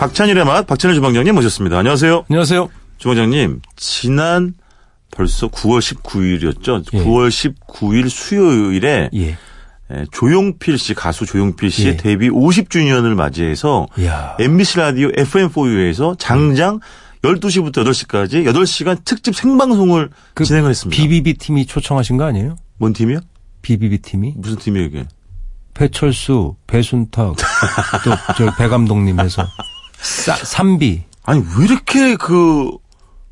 박찬일의 맛, 박찬일 주방장님 모셨습니다. 안녕하세요. 안녕하세요. 주방장님, 지난 벌써 9월 19일이었죠. 예. 9월 19일 수요일에 예. 에, 조용필 씨, 가수 조용필 씨의 예. 데뷔 50주년을 맞이해서 이야. MBC 라디오 FM4U에서 장장 12시부터 8시까지 8시간 특집 생방송을 그 진행을 했습니다. BBB 팀이 초청하신 거 아니에요? 뭔 팀이요? BBB 팀이 무슨 팀이에요, 이게? 배철수, 배순탁, 또 저배 감독님에서 싸- 삼비. 아니, 왜 이렇게 그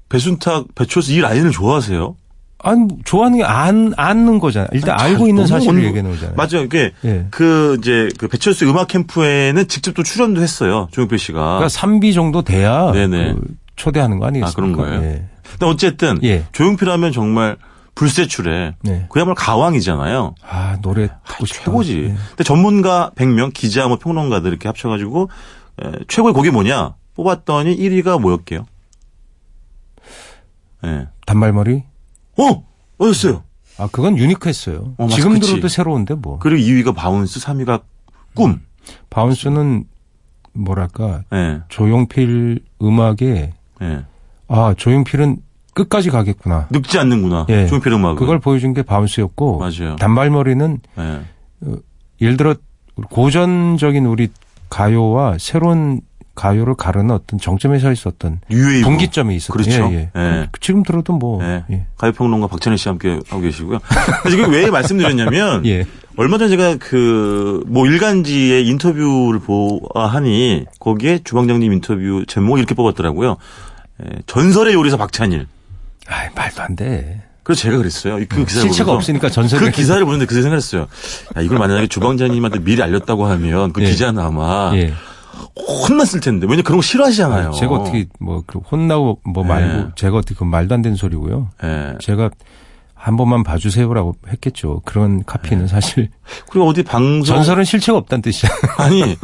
배순탁, 배철수 이 라인을 좋아하세요? 아니 좋아하는 게 안 아는 거잖아. 요 일단 알고 있는 너무 사실을 원- 얘기하는 거잖아요. 맞아요. 이게 예. 그 이제 그 배철수 음악 캠프에는 직접 또 출연도 했어요. 조용필 씨가. 그러니까 삼비 정도 돼야 네네. 그 초대하는 거 아니겠습니까? 아, 그런 거예요? 예. 근데 어쨌든 예. 조용필 하면 정말 불세출에 네. 그야말로 가왕이잖아요. 아 노래 듣고 싶다. 최고지. 예. 근데 전문가 100명, 기자 뭐 평론가들 이렇게 합쳐 가지고 예, 최고의 곡이 뭐냐? 뽑았더니 1위가 뭐였게요? 예. 단발머리. 어! 어였어요. 아 그건 유니크했어요. 어, 맞아. 지금 그치. 들어도 새로운데 뭐. 그리고 2위가 바운스, 3위가 꿈. 바운스는 뭐랄까 예. 조용필 음악에 예. 아 조용필은 끝까지 가겠구나. 늙지 않는구나. 예. 조용필 음악은. 그걸 보여준 게 바운스였고 아, 맞아요. 단발머리는 예. 예를 들어 고전적인 우리 가요와 새로운 가요를 가르는 어떤 정점에 서 있었던 유웨이브. 분기점이 있었던 그렇죠. 예, 예. 예. 지금 들어도 뭐 예. 예. 가요평론가 박찬일 씨와 함께 하고 계시고요. 근데 지금 왜 말씀드렸냐면 예. 얼마 전에 제가 그 뭐 일간지의 인터뷰를 보아하니 거기에 주방장님 인터뷰 제목 이렇게 뽑았더라고요. 예, 전설의 요리사 박찬일. 아이, 말도 안 돼. 그래서 제가 그랬어요. 그 기사를 음, 실체가 보면서. 없으니까 전세계 그 기사를 보는데 그 생각을 했어요. 야, 이걸 만약에 주방장님한테 미리 알렸다고 하면 그 예. 기자는 아마 예. 혼났을 텐데. 왜냐 면 그런 거 싫어하시잖아요. 제가 어떻게 뭐그 혼나고 뭐 말고 예. 제가 어떻게 그 말도 안 되는 소리고요. 예. 제가 한 번만 봐주세요라고 했겠죠. 그런 카피는 사실 예. 그리고 어디 방송 전설은 실체가 없다는 뜻이잖아요. 아니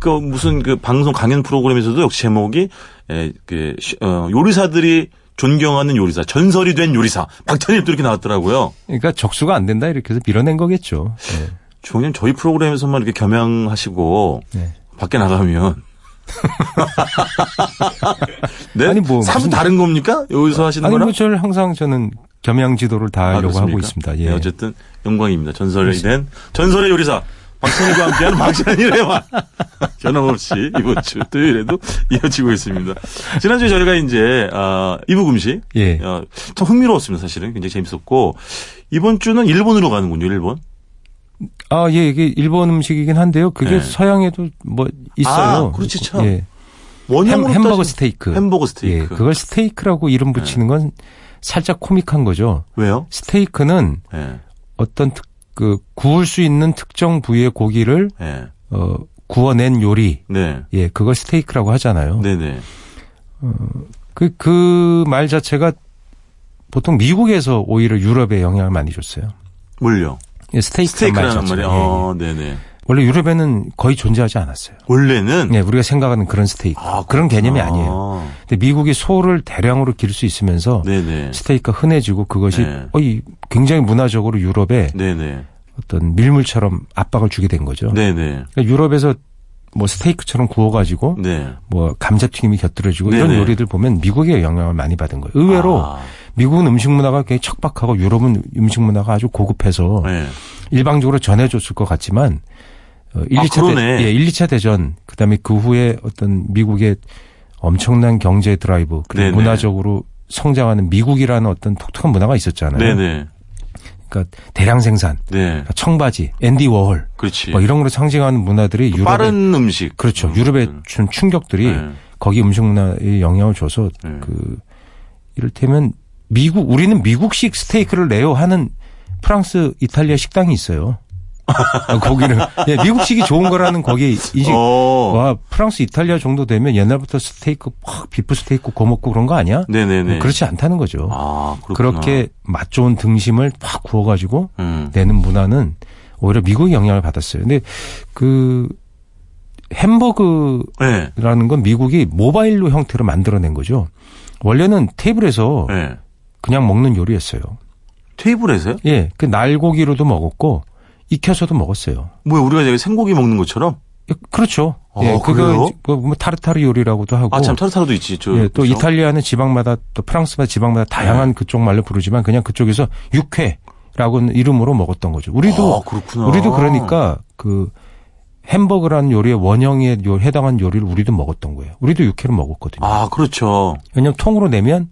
그 무슨 그 방송 강연 프로그램에서도 역시 제목이 에, 그, 시- 어, 요리사들이 존경하는 요리사 전설이 된 요리사 박찬일도 이렇게 나왔더라고요. 그러니까 적수가 안 된다 이렇게 해서 밀어낸 거겠죠. 예. 주방님 저희 프로그램에서만 이렇게 겸양하시고 네. 밖에 나가면 네? 아니, 뭐 사뭇 무슨- 다른 겁니까? 여기서 하시는 아니 거랑? 뭐 저를 항상 저는 겸양 지도를 아, 다하려고 하고 그렇습니까? 있습니다. 네, 예. 어쨌든 영광입니다. 전설이 된 전설의 요리사 박찬일과 함께하는 박찬일의 맛 변함없이 이번 주 토요일에도 이어지고 있습니다. 지난주에 저희가 이제 아, 이북 음식 예. 어, 참 흥미로웠습니다. 사실은 굉장히 재밌었고 이번 주는 일본으로 가는군요. 일본. 아, 예, 이게 일본 음식이긴 한데요. 그게 예. 서양에도 뭐 있어요. 아, 그렇지, 참. 예. 원형으로 햄, 버거 따지면 스테이크. 햄버거 예, 스테이크. 네. 그걸 스테이크라고 이름 붙이는 건 살짝 코믹한 거죠. 왜요? 스테이크는 예. 어떤 특, 그 구울 수 있는 특정 부위의 고기를 예. 어, 구워낸 요리. 네. 예, 그걸 스테이크라고 하잖아요. 네, 네. 그, 그 말 자체가 보통 미국에서 오히려 유럽에 영향을 많이 줬어요. 뭘요? 예, 스테이크 스테이크라는 말이에요. 어, 네, 네. 예, 원래 유럽에는 거의 존재하지 않았어요. 원래는 예, 우리가 생각하는 그런 스테이크. 음. 아, 그런 개념이 아, 아니에요. 근데 미국이 소를 대량으로 기를 수 있으면서 네, 네. 스테이크가 흔해지고 그것이 네. 어이 굉장히 문화적으로 유럽에 네, 네. 어떤 밀물처럼 압박을 주게 된 거죠. 네, 네. 그러니까 유럽에서 뭐 스테이크처럼 구워가지고 네. 뭐 감자튀김이 곁들여지고 이런 네네. 요리들 보면 미국의 영향을 많이 받은 거예요. 의외로 아, 미국은 음식 문화가 굉장히 척박하고 유럽은 음식 문화가 아주 고급해서 네. 일방적으로 전해줬을 것 같지만 어, 1, 아, 2차 그러네. 대, 예, 1, 2차 대전 그다음에 그 후에 어떤 미국의 엄청난 경제 드라이브 그리고 네네. 문화적으로 성장하는 미국이라는 어떤 독특한 문화가 있었잖아요. 네네. 그러니까 대량 생산, 네. 그러니까 청바지, 앤디 워홀 그렇지. 뭐 이런 걸로 상징하는 문화들이 유럽에 예. 빠른 음식. 그렇죠. 그런 유럽에 것들. 준 충격들이 네. 거기 음식 문화에 영향을 줘서 네. 그 이를테면 미국 우리는 미국식 스테이크를 내요 하는 프랑스 이탈리아 식당이 있어요. 아, 거기는 예, 미국식이 좋은 거라는 거기 인식. 어. 와 프랑스 이탈리아 정도 되면 옛날부터 스테이크 확 비프 스테이크 구워 먹고 그런 거 아니야? 네네네. 그렇지 않다는 거죠. 아, 그렇구나. 그렇게 맛 좋은 등심을 확 구워가지고 음. 내는 문화는 오히려 미국의 영향을 받았어요. 근데 그 햄버거 네. 라는 건 미국이 모바일로 형태로 만들어낸 거죠. 원래는 테이블에서 네. 그냥 먹는 요리였어요. 테이블에서요? 예, 그 날고기로도 먹었고 익혀서도 먹었어요. 뭐야, 우리가 여기 생고기 먹는 것처럼? 예, 그렇죠. 아, 예, 그래요? 그거 뭐, 뭐 타르타르 요리라고도 하고. 아, 참, 타르타르도 있지. 저, 예, 또 그죠? 네. 이탈리아는 지방마다 또 프랑스마다 지방마다 다양한 그쪽 말로 부르지만 그냥 그쪽에서 육회라고는 이름으로 먹었던 거죠. 우리도 아, 그렇구나. 우리도 그러니까 그 햄버거라는 요리의 원형에 요- 해당한 요리를 우리도 먹었던 거예요. 우리도 육회를 먹었거든요. 아, 그렇죠. 왜냐면 통으로 내면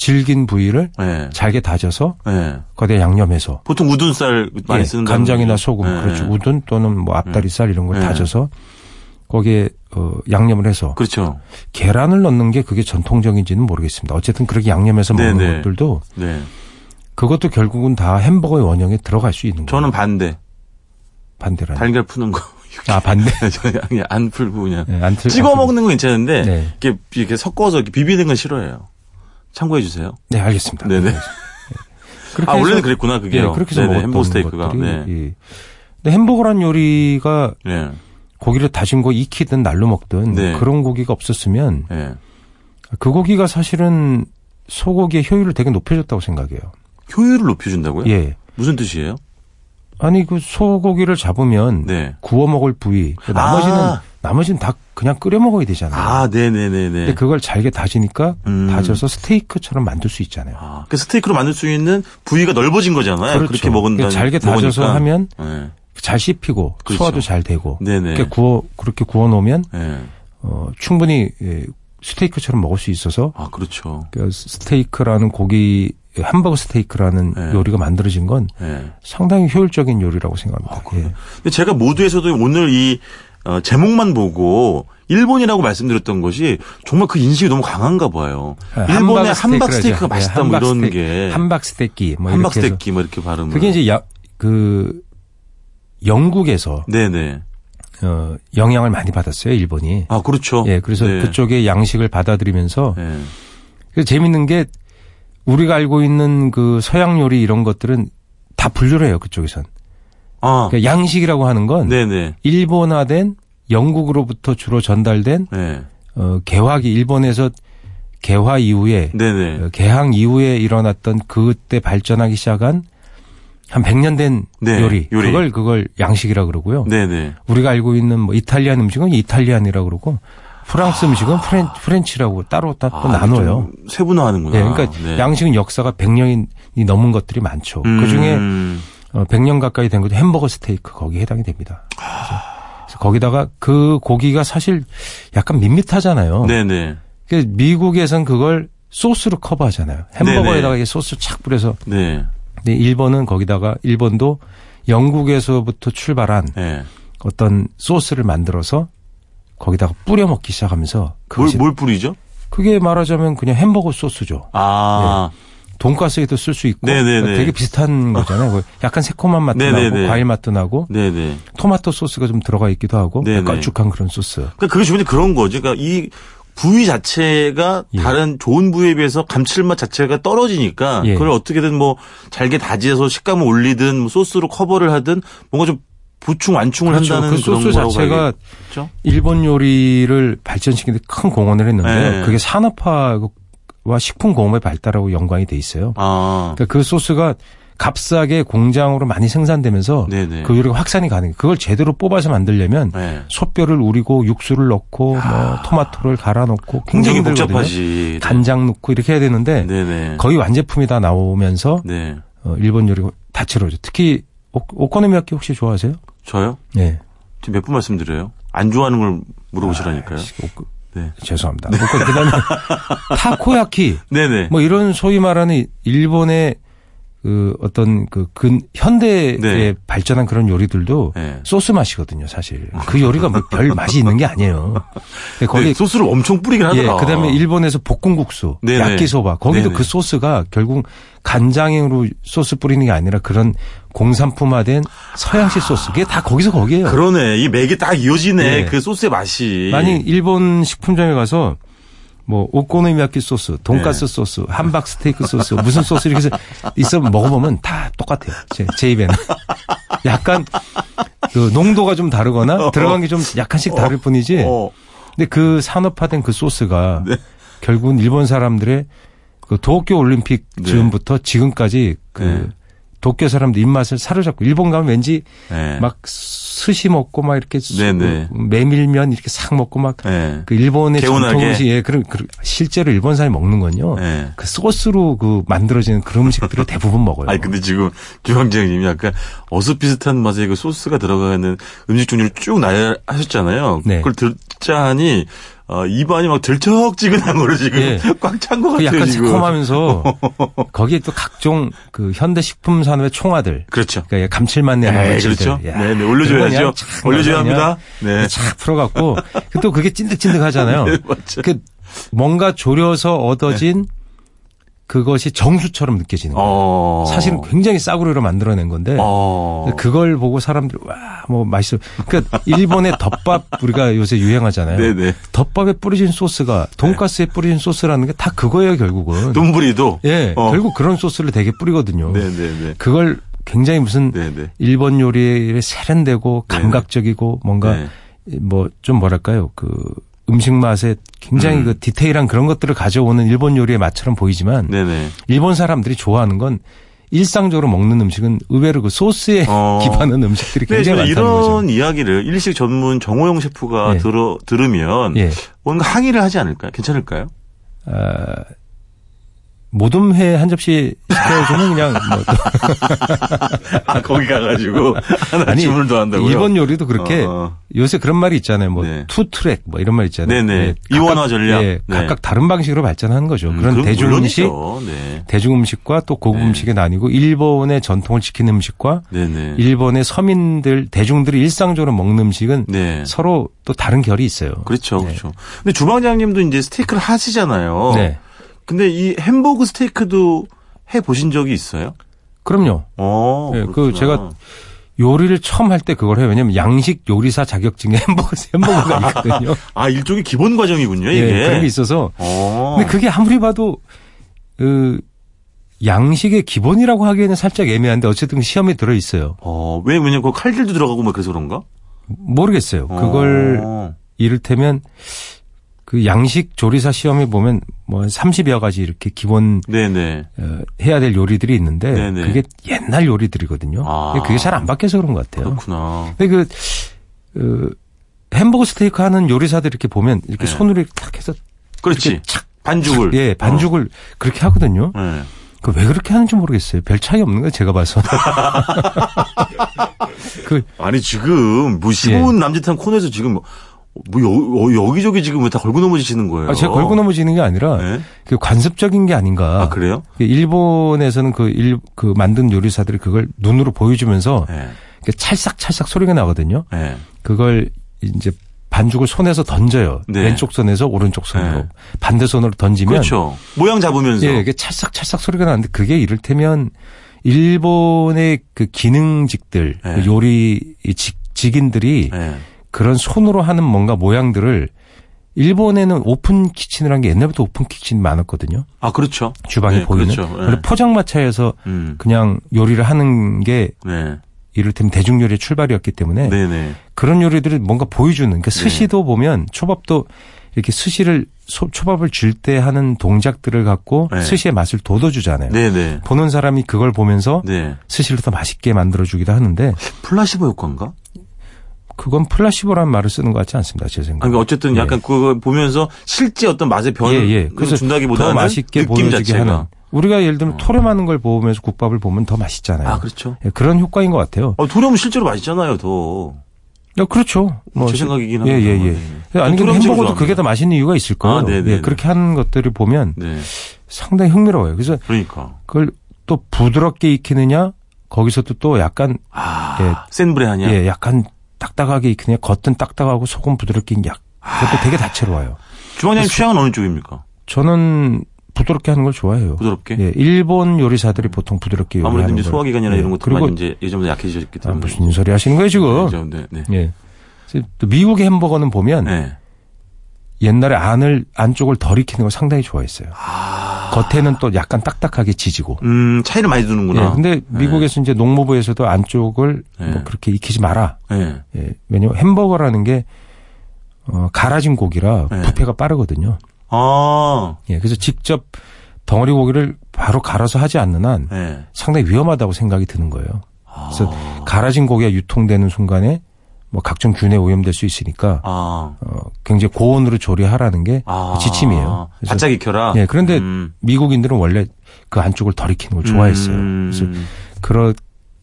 질긴 부위를 예. 잘게 다져서 예. 거기에 양념해서 보통 우둔쌀 많이 예, 쓰는 네. 간장이나 소금 그렇죠. 우둔 또는 뭐 앞다리살 이런 걸 예. 다져서 거기에 어, 양념을 해서 그렇죠. 계란을 넣는 게 그게 전통적인지는 모르겠습니다. 어쨌든 그렇게 양념해서 먹는 네네. 것들도 네. 그것도 결국은 다 햄버거의 원형에 들어갈 수 있는 거예요. 저는 반대. 반대라는. 달걀 푸는 거. 아 반대. 저는 그냥 안 풀고 그냥. 네, 안 틀- 찍어 안 틀- 먹는 건 괜찮은데, 네. 이렇게, 이렇게 섞어서 이렇게 비비는 건 싫어해요. 참고해 주세요. 네 알겠습니다. 네네. 그렇게 아, 해서- 원래는 그랬구나, 그게. 예, 요 그렇게 해서 네네, 먹었던 햄버거 스테이크가. 것들이. 네. 예. 근데 햄버거란 요리가 예. 고기를 다진 거 익히든 날로 먹든 네. 그런 고기가 없었으면 예. 그 고기가 사실은 소고기의 효율을 되게 높여줬다고 생각해요. 효율을 높여준다고요? 예. 무슨 뜻이에요? 아니 그 소고기를 잡으면 네. 구워 먹을 부위 그 나머지는 아. 나머지는 다 그냥 끓여 먹어야 되잖아요. 아, 네네네네. 근데 그걸 잘게 다지니까 음. 다져서 스테이크처럼 만들 수 있잖아요. 아, 그 스테이크로 만들 수 있는 부위가 넓어진 거잖아요. 그렇게 먹은다. 그렇죠. 잘게 다져서 먹으니까. 하면 예. 잘 씹히고 그렇죠. 소화도 잘 되고 네네. 그렇게 구워 그렇게 구워 놓으면 예. 어, 충분히 예, 스테이크처럼 먹을 수 있어서 아, 그렇죠. 그 스테이크라는 고기 햄버거 스테이크라는 네. 요리가 만들어진 건 예. 상당히 효율적인 요리라고 생각합니다. 예. 아, 그래요? 근데 제가 모두에서도 오늘 이 어, 제목만 보고 일본이라고 말씀드렸던 것이 정말 그 인식이 너무 강한가 봐요. 예, 아, 일본의 함박 함박 스테이크가 스테이크라죠. 맛있다 예, 뭐 함박 이런 스테이크, 게 함박 스테이크 뭐 함박 이렇게 해서 스테이크 뭐 이렇게 발음을 그게 이제 야, 그 영국에서 네네. 어, 영향을 많이 받았어요 일본이. 아, 그렇죠. 예, 그래서 네. 그쪽의 양식을 받아들이면서 예. 그 재밌는 게 우리가 알고 있는 그 서양 요리 이런 것들은 다 분류를 해요 그쪽에선. 아, 그러니까 양식이라고 하는 건 네네. 일본화된 영국으로부터 주로 전달된 예. 어, 개화기 일본에서 개화 이후에 네네. 어, 개항 이후에 일어났던 그때 발전하기 시작한 한 100년 된 네, 요리. 요리. 그걸 그걸 양식이라 그러고요. 네네. 우리가 알고 있는 뭐 이탈리안 음식은 이탈리안이라 그러고 프랑스 음식은 프렌, 프렌치라고 따로 따로 아, 또 나눠요. 좀 세분화하는구나. 예, 그러니까 네. 양식은 역사가 100년이 넘은 것들이 많죠. 음. 그 중에 100년 가까이 된 것도 햄버거 스테이크 거기에 해당이 됩니다. 그래서, 그래서 거기다가 그 고기가 사실 약간 밋밋하잖아요. 네네. 그 미국에선 그걸 소스로 커버하잖아요. 햄버거에다가 이게 소스 착 뿌려서. 네. 근데 일본은 거기다가 일본도 영국에서부터 출발한 네. 어떤 소스를 만들어서 거기다가 뿌려 먹기 시작하면서 뭘, 그것이 뭘 뭐- 뿌리죠? 그게 말하자면 그냥 햄버거 소스죠. 아. 돈가스에도 쓸 수 있고 네네네. 되게 비슷한 거잖아요. 그 약간 새콤한 맛도 네네네. 나고 과일 맛도 나고 네네. 토마토 소스가 좀 들어가 있기도 하고 네네. 걸쭉한 그런 소스. 그러니까 그게 주변에 그런 거죠. 그러니까 이 부위 자체가 예. 다른 좋은 부위에 비해서 감칠맛 자체가 떨어지니까 예. 그걸 어떻게든 뭐 잘게 다지해서 식감을 올리든 뭐 소스로 커버를 하든 뭔가 좀 보충 완충을 한다는 그 그런 소스 거라고 자체가 봐야겠죠. 일본 요리를 발전시키는데 큰 공헌을 했는데 네. 그게 산업화와 식품 공업의 발달하고 연관이 돼 있어요. 아. 그러니까 그 소스가 값싸게 공장으로 많이 생산되면서 네네. 그 요리가 확산이 가는 거예요. 그걸 제대로 뽑아서 만들려면 네. 아. 솥뼈를 우리고 육수를 넣고 뭐 토마토를 갈아 넣고 굉장히 굉장히 힘들거든요. 복잡하지. 간장 넣고 이렇게 해야 되는데 네네. 거의 완제품이 다 나오면서 네. 어, 일본 요리가 다채로워져. 특히 오, 오코노미야키 혹시 좋아하세요? 저요? 네. 지금 몇 분 말씀드려요? 안 좋아하는 걸 물어보시라니까요. 오코- 네. 죄송합니다. 오코- 그다음에 타코야키 네네. 뭐 이런 소위 말하는 일본의 그 어떤 그 근 현대에 네. 발전한 그런 요리들도 네. 아, 소스 맛이거든요, 사실. 그 요리가 뭐 별 맛이 있는 게 아니에요. 근데 거기 네, 소스를 엄청 뿌리긴 예, 하더라. 그다음에 일본에서 볶음국수, 아. 네네. 야끼소바 거기도 네네. 그 소스가 결국 간장으로 소스 뿌리는 게 아니라 그런 공산품화된 서양식 소스. 그게 다 거기서 거기예요. 아. 그러네. 이 맥이 딱 이어지네. 예. 그 소스의 맛이. 만약 일본 식품점에 가서 뭐 오코노미야키 소스, 돈가스 네. 소스, 함박 스테이크 소스, 무슨 소스 이렇게 해서 있어 먹어보면 다 똑같아요. 제, 제 입에는 약간 그 농도가 좀 다르거나 들어간 게 좀 약간씩 다를 뿐이지. 어. 근데 그 산업화된 그 소스가 네. 결국은 일본 사람들의 그 도쿄 올림픽 네. 즈음부터 지금까지 그 네. 도쿄 사람들 입맛을 사로잡고 일본 가면 왠지 예. 막 스시 먹고 막 이렇게 수- 네네. 메밀면 이렇게 싹 먹고 막 그 예. 일본의 개운하게. 전통 음식 예 그런 그런- 실제로 일본 사람이 먹는 건요. 예. 그 소스로 그 만들어지는 그런 음식들을 대부분 먹어요. 아니 그 근데 지금 주방장님이 약간 어슷 비슷한 맛의 그 소스가 들어가는 음식 종류를 쭉 나열하셨잖아요. 네. 그걸 듣자 하니 어, 입안이 막 들쩍지근한 거로 지금 예. 꽉 찬 것 그 같아요. 약간 지금. 새콤하면서 거기에 또 각종 그 현대 식품 산업의 총아들 그렇죠. 그러니까 감칠맛 내는 네, 음식들. 그렇죠. 야, 네, 네, 그거 그냥 올려줘야죠. 착 올려줘야 그냥 합니다. 네. 착 풀어갖고 그 또 그게 찐득찐득하잖아요. 네, 맞죠. 그 뭔가 졸여서 얻어진 그것이 정수처럼 느껴지는 거예요. 어. 사실은 굉장히 싸구려로 만들어낸 건데 어. 그걸 보고 사람들이 와 뭐 맛있어. 그러니까 일본의 덮밥 우리가 요새 유행하잖아요. 네네. 덮밥에 뿌려진 소스가 돈가스에 뿌려진 소스라는 게 다 그거예요 결국은. 돈부리도. 예, 어. 결국 그런 소스를 되게 뿌리거든요. 네네네. 그걸 굉장히 무슨 네네. 일본 요리에 세련되고 네. 감각적이고 뭔가 네. 뭐 좀 뭐랄까요 그 음식 맛에 음. 굉장히 그 디테일한 그런 것들을 가져오는 일본 요리의 맛처럼 보이지만 네네. 일본 사람들이 좋아하는 건 일상적으로 먹는 음식은 의외로 그 소스에 어. 기반한 음식들이 근데 굉장히 저는 이런 많다는 거죠. 이야기를 일식 전문 정호영 셰프가 예. 들어 들으면 예. 뭔가 항의를 하지 않을까요? 괜찮을까요? 아, 모둠회 한 접시 시켜주면 그냥 뭐 또- 아, 거기 가가지고 하나 주문도 한다고요? 일본 요리도 그렇게 어, 어. 요새 그런 말이 있잖아요. 뭐 네. 투트랙 뭐 이런 말 있잖아요. 네네. 예, 이원화 전략. 예, 네. 각각 다른 방식으로 발전하는 거죠. 음, 그런 그건 대중 음식, 물론이죠. 네. 대중 음식과 또 고급 네. 음식이 나뉘고 일본의 전통을 지키는 음식과 네네. 일본의 서민들 대중들이 일상적으로 먹는 음식은 네. 서로 또 다른 결이 있어요. 그렇죠, 그렇죠. 근데 주방장님도 이제 스테이크를 하시잖아요. 네. 근데 이 햄버거 스테이크도 해 보신 적이 있어요? 그럼요. 어, 네, 그 그렇구나. 제가 요리를 처음 할 때 그걸 해요. 왜냐면 양식 요리사 자격증에 햄버거 햄버거가 있거든요. 아 그러니까. 일종의 기본 과정이군요, 예, 이게. 그런 게 있어서 어. 근데 그게 아무리 봐도 그 양식의 기본이라고 하기에는 살짝 애매한데 어쨌든 시험에 들어 있어요. 어, 왜 왜냐면 그 칼질도 들어가고 막 그래서 그런가? 모르겠어요. 그걸 어. 이를테면 그 양식 조리사 시험에 보면 뭐 30여 가지 이렇게 기본 네네. 어, 해야 될 요리들이 있는데 네네. 그게 옛날 요리들이거든요. 아. 근데 그게 잘 안 바뀌어서 그런 것 같아요. 그렇구나. 근데 그 어, 햄버거 스테이크 하는 요리사들 이렇게 보면 이렇게 네. 손으로 이렇게 탁 해서 그렇지. 이렇게 착, 반죽을. 예 반죽을 그렇게 하거든요. 어. 네. 그 왜 그렇게 하는지 모르겠어요. 별 차이 없는 거예요, 제가 봐서. 그, 아니 지금 뭐 15분 예. 남짓한 코너에서 지금 뭐 여, 기저기 지금 왜 다 걸고 넘어지시는 거예요? 아, 제가 걸고 넘어지는 게 아니라, 네? 그 관습적인 게 아닌가. 아 그래요? 그 일본에서는 그 일, 그 만든 요리사들이 그걸 눈으로 보여주면서 네. 이렇게 찰싹찰싹 소리가 나거든요. 네. 그걸 이제 반죽을 손에서 던져요. 네. 왼쪽 손에서 오른쪽 손으로. 네. 반대 손으로 던지면. 그렇죠. 모양 잡으면서. 예, 이게 찰싹찰싹 소리가 나는데 그게 이를테면 일본의 그 기능직들, 네. 그 요리 이 직, 직인들이 네. 그런 손으로 하는 뭔가 모양들을 일본에는 오픈 키친을 한 게 옛날부터 오픈 키친이 많았거든요. 아 그렇죠. 주방에 네, 보이는. 그렇죠. 네. 원래 포장마차에서 음. 그냥 요리를 하는 게 네. 이를테면 대중요리의 출발이었기 때문에 네네. 네. 그런 요리들을 뭔가 보여주는 그러니까 스시도 보면 초밥도 이렇게 스시를 소- 초밥을 줄 때 하는 동작들을 갖고 네. 스시의 맛을 돋워주잖아요. 네네. 보는 사람이 그걸 보면서 네. 스시를 더 맛있게 만들어주기도 하는데 플라시보 효과인가? 그건 플라시보라는 말을 쓰는 것 같지 않습니다. 제 생각에. 그러니까 어쨌든 약간 그거 보면서 실제 어떤 맛의 변을 예, 예. 그래서 준다기보다는 더 맛있게 느낌 보여지게 자체가. 어. 하는. 우리가 예를 들면 토렴하는 걸 보면서 국밥을 보면 더 맛있잖아요. 아 그렇죠. 그런 효과인 것 같아요. 아, 도려면 실제로 맛있잖아요, 더. 야, 그렇죠. 제 생각이긴 예, 합니다. 예, 예. 네. 아니, 근데 토렴 식으로 햄버거도 그게 합니다. 더 맛있는 이유가 있을 거예요. 아, 네, 네, 예, 네. 그렇게 하는 것들을 보면 네. 상당히 흥미로워요. 그래서 그러니까. 그걸 또 부드럽게 익히느냐, 거기서도 또 약간, 아, 예. 센 불에 하냐? 예, 약간 딱딱하게 익히느냐, 겉은 딱딱하고 속은 부드럽게 익 약. 아. 그것도 되게 다채로워요. 주방장님 취향은 어느 쪽입니까? 저는 부드럽게 하는 걸 좋아해요. 부드럽게? 예, 일본 요리사들이 보통 부드럽게 요리하는 아무래도 이제 걸. 소화기관이나 예, 이런 것들만 그리고 이제 예전보다 약해지셨기 아, 때문에. 무슨 소리 하시는 거예요 지금? 그죠, 네, 네. 예. 그래서 또 미국의 햄버거는 보면 네. 옛날에 안을 안쪽을 덜 익히는 걸 상당히 좋아했어요. 아. 겉에는 또 약간 딱딱하게 지지고. 음, 차이를 많이 두는구나. 예. 근데 미국에서 이제 농무부에서도 안쪽을 네. 뭐 그렇게 익히지 마라. 예. 예. 왜냐면 햄버거라는 게 어, 갈아진 고기라 네. 부패가 빠르거든요. 아. 예. 그래서 직접 덩어리 고기를 바로 갈아서 하지 않는 한 네. 상당히 위험하다고 생각이 드는 거예요. 아. 그래서 갈아진 고기가 유통되는 순간에 뭐 각종 균에 오염될 수 있으니까 아. 어, 굉장히 고온으로 조리하라는 게 아. 지침이에요. 그래서- 바짝 익혀라. 예, 그런데 음. 미국인들은 원래 그 안쪽을 덜 익히는 걸 좋아했어요. 음. 그래서 그런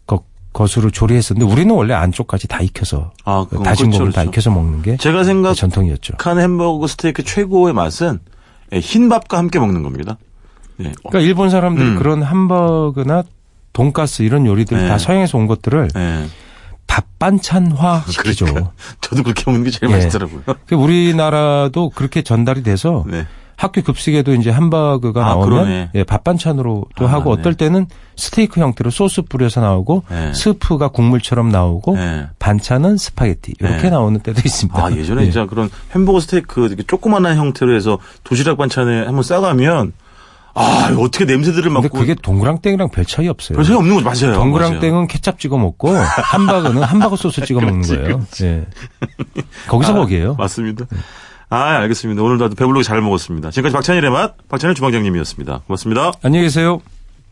것, 것으로 조리했었는데 우리는 원래 안쪽까지 다 익혀서 아, 그건 다진 그렇죠, 고기를 다 그렇죠. 익혀서 먹는 게 제가 생각한 전통이었죠. 햄버거 스테이크 최고의 맛은 예, 흰 밥과 함께 먹는 겁니다. 예. 어, 그러니까 일본 사람들이 음. 그런 햄버거나 돈가스 이런 요리들 네. 다 서양에서 온 것들을 예. 밥 반찬화 시키죠. 그러니까. 저도 그렇게 먹는 게 제일 예. 맛있더라고요. 그 우리나라도 그렇게 전달이 돼서 네. 학교 급식에도 이제 햄버거가 아, 그러네. 나오면 예, 밥 아, 반찬으로도 하고 네. 어떨 때는 스테이크 형태로 소스 뿌려서 나오고 네. 스프가 국물처럼 나오고 예. 반찬은 스파게티 이렇게 네. 나오는 때도 있습니다. 아, 예전에 예. 진짜 그런 햄버거 스테이크 이렇게 조그만한 형태로 해서 도시락 반찬에 한번 싸가면 아, 이거 어떻게 냄새들을 근데 맡고 그게 동그랑땡이랑 별 차이 뭐 없어요. 별 차이 없는 거죠. 맞아요. 맞아요. 동그랑땡은 케찹 찍어 먹고 함박은 함박어 소스 찍어 먹는 거예요. 예. 거기서 아, 거기에요. 맞습니다. 네. 아, 알겠습니다. 오늘 나도 배불러게 잘 먹었습니다. 지금까지 박찬일의 맛, 박찬일 주방장님이었습니다. 고맙습니다. 안녕히 계세요.